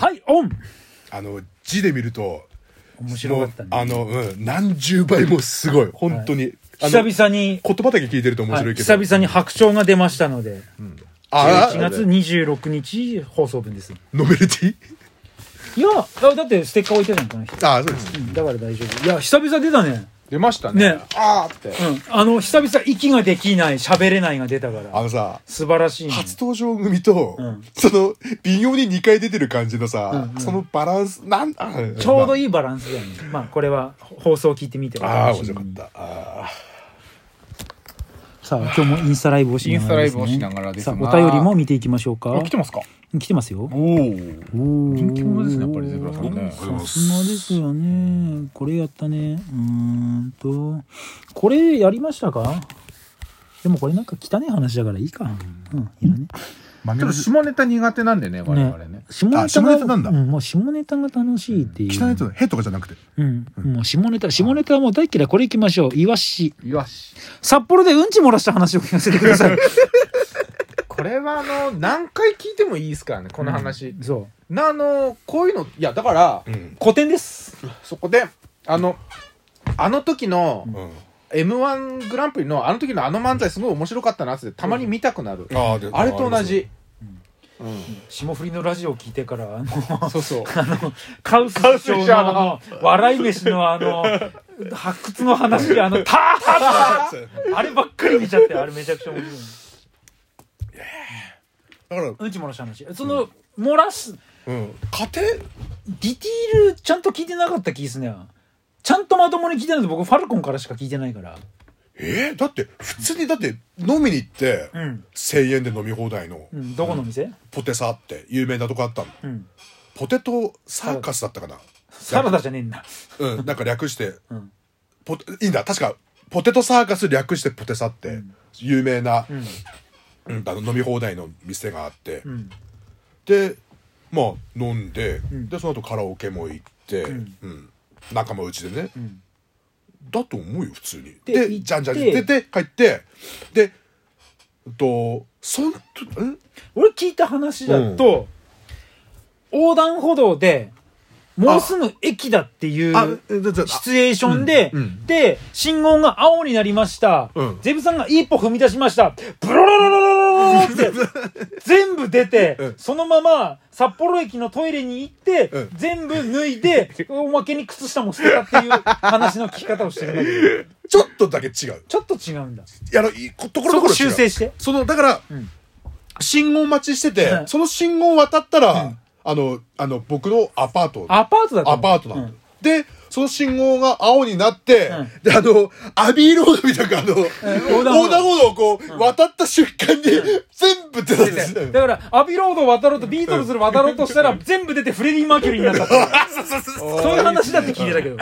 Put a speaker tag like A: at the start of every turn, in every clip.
A: はいオン
B: あの字で見ると
A: 面白かったね
B: もうあの、うん、何十倍もすごい本当に、あの
A: 久々に、
B: 言葉だけ聞いてると面
A: は
B: 白
A: い
B: いけど、
A: 久々に白鳥が出ましたので
B: あ
A: 1
B: あ
A: 月26日放送分ですい
B: ノベルティ
A: やあだってステッカー置いてたのかな人
B: ああそうです、
A: うんだから大丈夫いや久々出たね
B: 出ました
A: ね
B: ああって、
A: うんあの久々息ができない喋れないが出たか
B: あ
A: ら
B: のさ
A: 素晴らしいね
B: 初登場組と、
A: ん
B: その微妙に2回出てる感じのさ、
A: うんうん
B: そのバランスなんあ
A: ちょうど
B: いい、
A: いいバランスだよねまあこれは放送を聞いてみて
B: まあ、ああ面白かったあ
A: さあ今日もインスタライブをしながらです、ね、
C: インスタライブをしながらです
A: さあ
C: が
A: お便りも見ていきましょうか
C: あ来てますか
A: 来てますよ
C: おお人気者ですねやっぱりゼブラさんね
A: さすがですよねこれやったねうーんとこれやりましたかでもこれなんか汚い話だからいいかうんいらね
C: ちょっと下ネタ苦手なんでね我々ね
A: 下ネタが
B: あ下ネタなんだ
A: うもう下ネタが楽しいっていう
B: 汚いとへとかじゃなくて
A: うん、もう下ネタ下ネタはもう大嫌いこれいきましょうイワシ
C: よし
A: 札幌でうんち漏らした話を聞かせてくだ さい
C: これはあの何回聞いてもいいですからねこの話
A: そう
C: なあのこういうのいやだから
B: うん
A: 古典です
C: そこであのあの時の
B: うん
C: m 1グランプリのあの時のあの漫才すごい面白かったなってたまに見たくなる
B: ああで
C: あれと同じ
A: 霜降りのラジオを聞いてからあの
C: そうそう
A: あの、カウス師匠のあの、笑い飯のあの、発掘の話であの、ター
B: そう
A: ッあればっかり見ちゃって、あれめちゃくちゃ面白い。
B: だから、
A: うんち漏らした話。その、漏らす、
B: うん、家
A: ディティールちゃんと聞いてなかった気ですね。ちゃんとまともに聞いてないと僕、ファルコンからしか聞いてないから。
B: 庭えー、だって普通にだって飲みに行って、
A: ん。
B: 1000円で飲み放題の
A: うん、どこの 店
B: ポテサって有名なとこあったの、
A: うん。
B: ポテトサーカスだったかな
A: サラダじゃねえんだ。
B: うんなんか略して、
A: ん
B: ポテいいんだ確かポテトサーカス略してポテサって有名な、
A: うん。
B: うんあの飲み放題の店があって、
A: うん。
B: でまあ飲んで、
A: ん
B: でその後カラオケも行って、うん
A: ん
B: 仲間内でね、
A: ん
B: だと思うよ普通にで
A: で行って
B: じゃんじゃん出て帰ってでうんとそんとん
A: 俺聞いた話だと、横断歩道で、もうすぐ駅だっていう。
B: あえだだ
A: シチュエーションで、
B: うんうん
A: で、信号が青になりました。
B: うん
A: ゼブさんが一歩踏み出しました。ブロロロロロロロって、全部出て、
B: うん
A: そのまま札幌駅のトイレに行って、
B: うん
A: 全部脱いで、おまけに靴下も捨てたっていう話の聞き方をしてるんだけど、
B: ちょっとだけ違う
A: ちょっと違うんだ。
B: いやあのいいこところ
A: そ
B: どころ
A: こ
B: 違う
A: 修正して。
B: そのだから、
A: ん
B: 信号待ちしてて、
A: うん
B: その信号を渡ったら、あのあの僕のアパート
A: アパートだと
B: ア
A: 思う
B: パートだ、
A: うん
B: でその信号が青になって、
A: うん
B: であのアビーロードみたいなあの、横
A: 横断
B: 断
A: 歩道
B: 歩道をこう、渡った瞬間に、全部出たんですよ
A: だから、アビロードを渡ろうと、ビートルズを渡ろうとしたら、全部出てフレディ・マーキュリーに なったっていうそういう話だって聞いてたけど、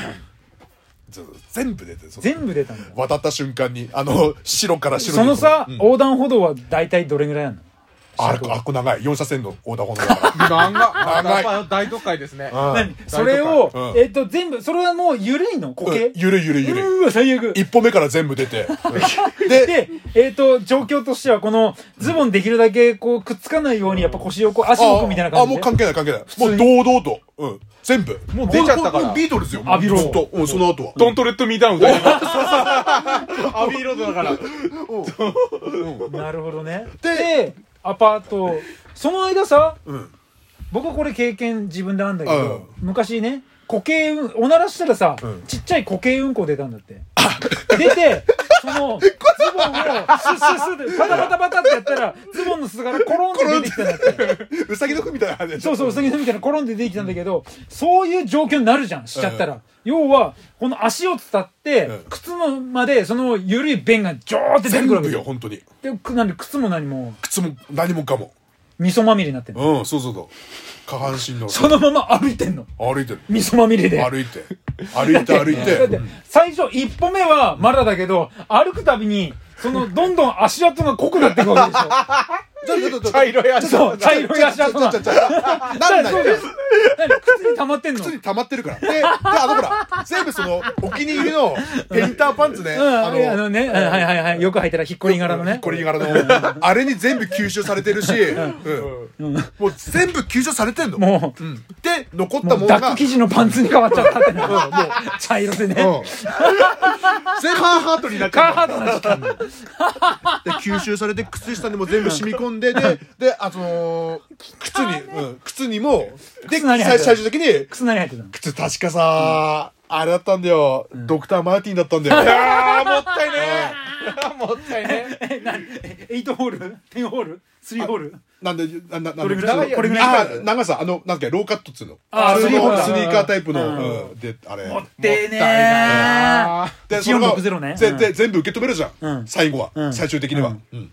B: 全部出てそう
A: 全部出たんだ。
B: 渡った瞬間にあの白から白に
A: そのさ、
B: うん
A: 横断歩道は大体どれぐらいなの
B: あれあこ長い四車線の横断歩道だ から
C: 漫
B: 長い
C: 画大都会ですね
B: うん
A: 何それを、
B: うん
A: えっと、全部、それはもう緩いの
B: う
A: 固
B: ん
A: 形、
B: ゆるゆるゆる
A: うーわ、最悪。
B: 一歩目から全部出てうんで
A: で、えっと、状況としては、この、ズボンできるだけ、こう、くっつかないように、やっぱ腰をこう、足を置くみたいな
B: あ
A: 感
B: も
A: じ
B: う
A: で。
B: 関係ない関係ないもう
A: 通
B: 堂々と、うん、全部もう
C: 出ちゃったから
B: ビートルズよ
A: 浴びろ
B: ずっと、うん、その後は
C: ドントレットミーダウン歌いながら。 アビーロードだから。
A: なるほどね。
B: で
A: で、アパート、その間さ、
B: うん
A: 僕はこれ経験自分であるんだけど、昔ね、固形うん、おならしたらさ、
B: ん
A: ちっちゃい固形うんこ出たんだって。出て、その、ズボンを、スッスッスッって、パタパタパタってやったら、ズボンのすがらコロンって出てきたんだって。
B: うさぎの子みたいな話でし
A: そ
B: ょ
A: うそう、うさぎさんみたいなコロンって出てきたんだけど、そういう状況になるじゃん、しちゃったら。要は、この足を伝って、
B: うん
A: 靴のまで、その緩い便がジョーって出て
B: 全
A: くるわけ
B: 部よ本当に
A: で、くなんで靴も何も、
B: 靴も何もかも
A: 味噌まみれになってんの
B: うんそうそうそう下半身の
A: そのまま歩いてんの。
B: 歩いてる
A: 味噌まみれで。
B: 歩いて歩いて歩い
A: だって
B: て、
A: 最初一歩目はまだだけど、歩くたびに、その、どんどん足跡が濃くなっていくわけでしょ。
C: 茶色い足
B: ちょ
A: そう茶色い足跡
B: ちょちょちょちょちょなんだよ
A: 何靴に溜まってんの
B: 靴に溜まってるからでであのほら全部そのお気に入りのペンターパンツね
A: うん、あのあのね、うんはいはいはい。よく履いたらひっこり柄のね。
B: これ柄のあれに全部吸収されてるし、うんもう全部吸収されてんの
A: も
B: うんで残った
A: も
B: も
A: う
B: の
A: ダ
B: が
A: ック生地のパンツに変わっちゃったってな。もう、茶色でね。
B: うん全部カーハートになっち
A: カー
B: ゃ
A: ハートなっちゃったんだ。
B: って吸収されて靴下にも全部染み込ん ででであその靴に、うん、靴にもで
A: 靴何入ってる
B: 最最終的に
A: 靴何入ってたの
B: 靴確かさ、あれだったんだよ、ドクター・マーティンだったんだ よいやーもったいね
C: もったいね
A: え、なにえ、8ホール ?10 ホール ?3 ホール
B: ーなんでなななん
A: これ
B: で
A: ぐらい
B: これぐ
C: 長
B: ら
C: い
B: いあ長さあのなんだっけローカットっつうの
A: あ
B: の
A: ースリーホールだ
B: スニーカータイプの、
A: う
B: うんであれ
A: 持ってね
C: あ
A: ー。
B: で
A: 1460ね
B: ぜ
A: うん
B: ぜ全部受け止めるじゃん、
A: うん
B: 最後は、
A: ん
B: 最終的には、うん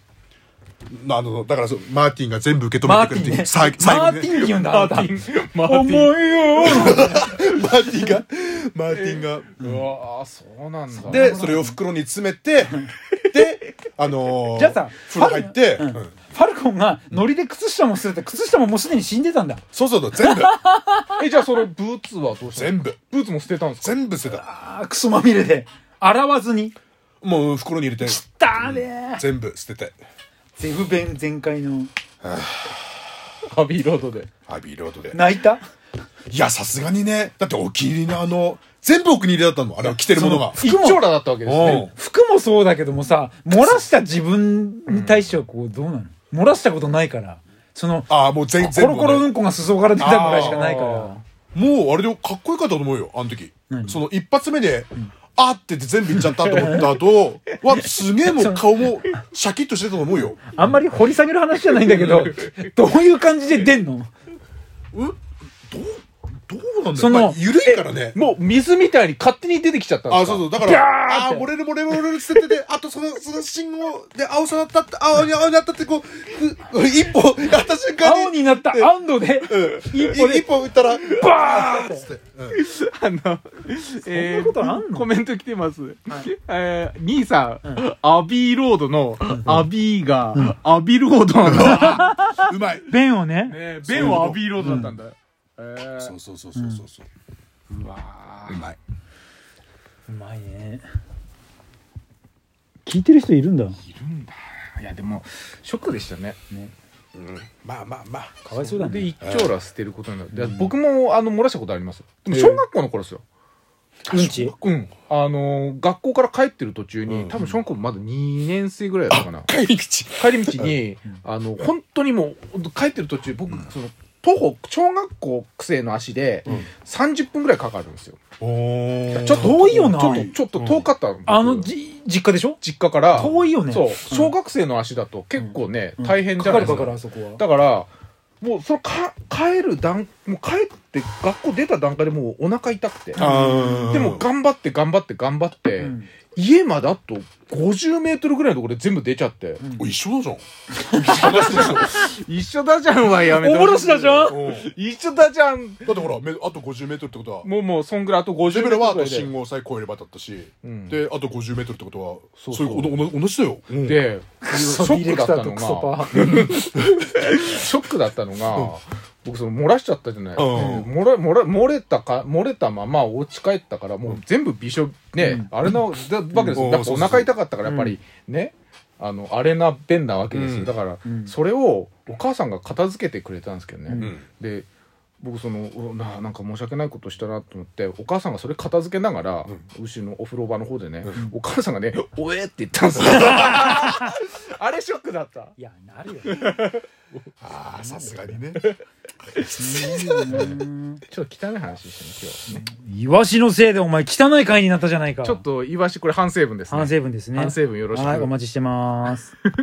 B: あのだからそうマーティンが全部受け止
A: マ
B: め
A: ー
B: てくれ
A: ティ
B: て
A: ンね。
B: 最最後
A: マ
B: にね
A: ーティンって言うんだ。
C: マーティンマーテ
A: 重い
C: ィン
A: よー
B: マーティンが、マーティンが。
C: うわーそうなんだ
B: で、それを袋に詰め て、で、あのー、
A: じゃあさ
B: 風呂入って、
A: うん
B: うん
A: ファルコンがノリで靴下もすれて、靴下ももうすでに死んでたんだ。
B: そうそうそう、 全部、
C: えじゃあそのブーツはどうしたの
B: 全部、
C: ブーツも捨てたんですか
B: 全部捨てた。
A: あークソまみれで。洗わずに。
B: もう袋に入れて、
A: だねー。
B: 全部捨てて。
A: ゼフ弁全開の。
C: ハビーロードで
B: アビーロードで。
A: 泣いた
B: いや、さすがにね、だってお気に入りのあの、全部お気に入りだったの、あれは着てるものが。
A: そ
C: 一
A: 服も
C: 丁羅だったわけです
B: お
C: ね
B: う
A: 服もそうだけどもさ漏らした自分に対してはこうどうなの、漏らしたことないからその
B: ああ、もう全
A: コ
B: 全部
A: ロコロ
B: ね、
A: うんこが裾から出たぐらいしかないか
C: あ
A: ら
B: もうあれでかっこよかったと思うよ、あの時
A: 何。
B: その一発目で、あーって言って全部いっちゃったと思った後、わ、すげえもう顔もシャキッとしてたと思う よ。
A: あんまり掘り下げる話じゃないんだけどどういう感じで出んの
B: うんどうどうなんだろ
A: そ
B: うま
A: の
B: あ緩いからね
C: もう水みたいに勝手に出てきちゃったんですか
B: あそうそううだか
A: ビャ
B: ら
A: ー
B: あ
A: って
B: ー漏れる漏れる漏れる捨ててであとそのその信号で青さだったって青に青になったってこうう一歩やった瞬間に
A: 青になったアンドで
B: うん
A: 一歩で
B: い一歩打ったら
A: バ
B: ー
A: ーンっ
B: ってつって、う ん
D: あの、え
A: ことあんの
D: コメント来てます。えー兄さん、アビーロードの、アビーが、アビロードなんだ。
B: うまい
A: 弁をね
D: ねベンはアビーロードだったんだ。えー
B: そうそうそうそうそうそううまいう
A: まいね聞いてる人いるんだ
C: いやでもショックでしたね
B: うんまあまあまあ
A: かわいそうだ
C: で
A: ね
C: 一丁羅捨てることになるで僕もあの漏らしたことありますよでも小学校の頃ですよ
A: うんち
C: うんあのー学校から帰ってる途中
B: う
C: に
B: ん
C: 多分小学校まだ2年生ぐらいだったかな
B: 帰り口
C: 帰り道にあの本当にもう帰ってる途中僕その徒歩小学校生の足で30分ぐらいかかるんですよ
B: おー
C: ちょっと
A: 遠いよな
C: ちょっとちょっと遠かった
A: あの
C: 僕
A: じ実家でしょ
C: 実家から
A: 遠いよね
C: そう
A: うん
C: 小学生の足だと結構ね
A: うん
C: 大変じ
A: か
C: ゃ
A: か
C: な
A: る
C: いです
A: か
C: か
A: かるあそこは
C: だから、もう、そのか、帰る段、もう帰って、学校出た段階でもうお腹痛くて。
B: あー
C: でも、頑張って、頑張って、頑張って、
A: うん
C: 家まであと50メートルぐらいのところで全部出ちゃって。
B: お一緒じゃん
D: 一緒だじゃんはやめ
A: お
D: て
A: ぼ
D: ほしい
A: ろしだじゃん
B: うん
C: 一緒だじゃん
B: だってほらめあと50メートルってことは
C: もう、もう、そんぐらい、あと50
B: レ
C: メ
B: ベル
C: ートルぐ
B: は
C: ら
B: あ
C: いで。
B: と信号さえ越えればだったし、
C: うん
B: であと50メートルってことは
C: そ
B: そうう
C: そう
B: いうお同同じだよ、うん
C: で、シ
A: ソ
C: ョ
A: ディ
C: ッ
A: レ
C: クだ
A: クタ
C: った
A: ーと
C: の
A: クソパ
C: が、
A: ー
C: ショックだったのが、僕その漏らしちゃったじゃない。
B: うん
C: 漏れ、漏れ、漏れたか、漏れたままお家帰ったから、もう全部びしょ、ね、あれなわけです
B: う
C: よ。
B: ん
C: だから
B: そ
C: お
B: うそう
C: 腹痛かったから、やっぱりね、あの、あれな便なわけです
B: う
C: よ。
B: ん
C: だから
A: う、ん
C: それをお母さんが片付けてくれたんですけど
A: う
C: ね。
B: ん
C: で、僕そのうわななんか申し訳ないことしたなと思ってお母さんがそれ片付けながら、うちのお風呂場の方でね、お母さんがね「おえ!」って言った んですよあれショックだった
A: いやなるよ
B: ああさすがにね
C: ちょっと汚い話してね今日ね
A: イワシのせいでお前汚い回になったじゃないか
C: ちょっとイワシこれ反省文ですね
A: 反省文ですね
C: 反省文よろしく
A: はいお待ちしてます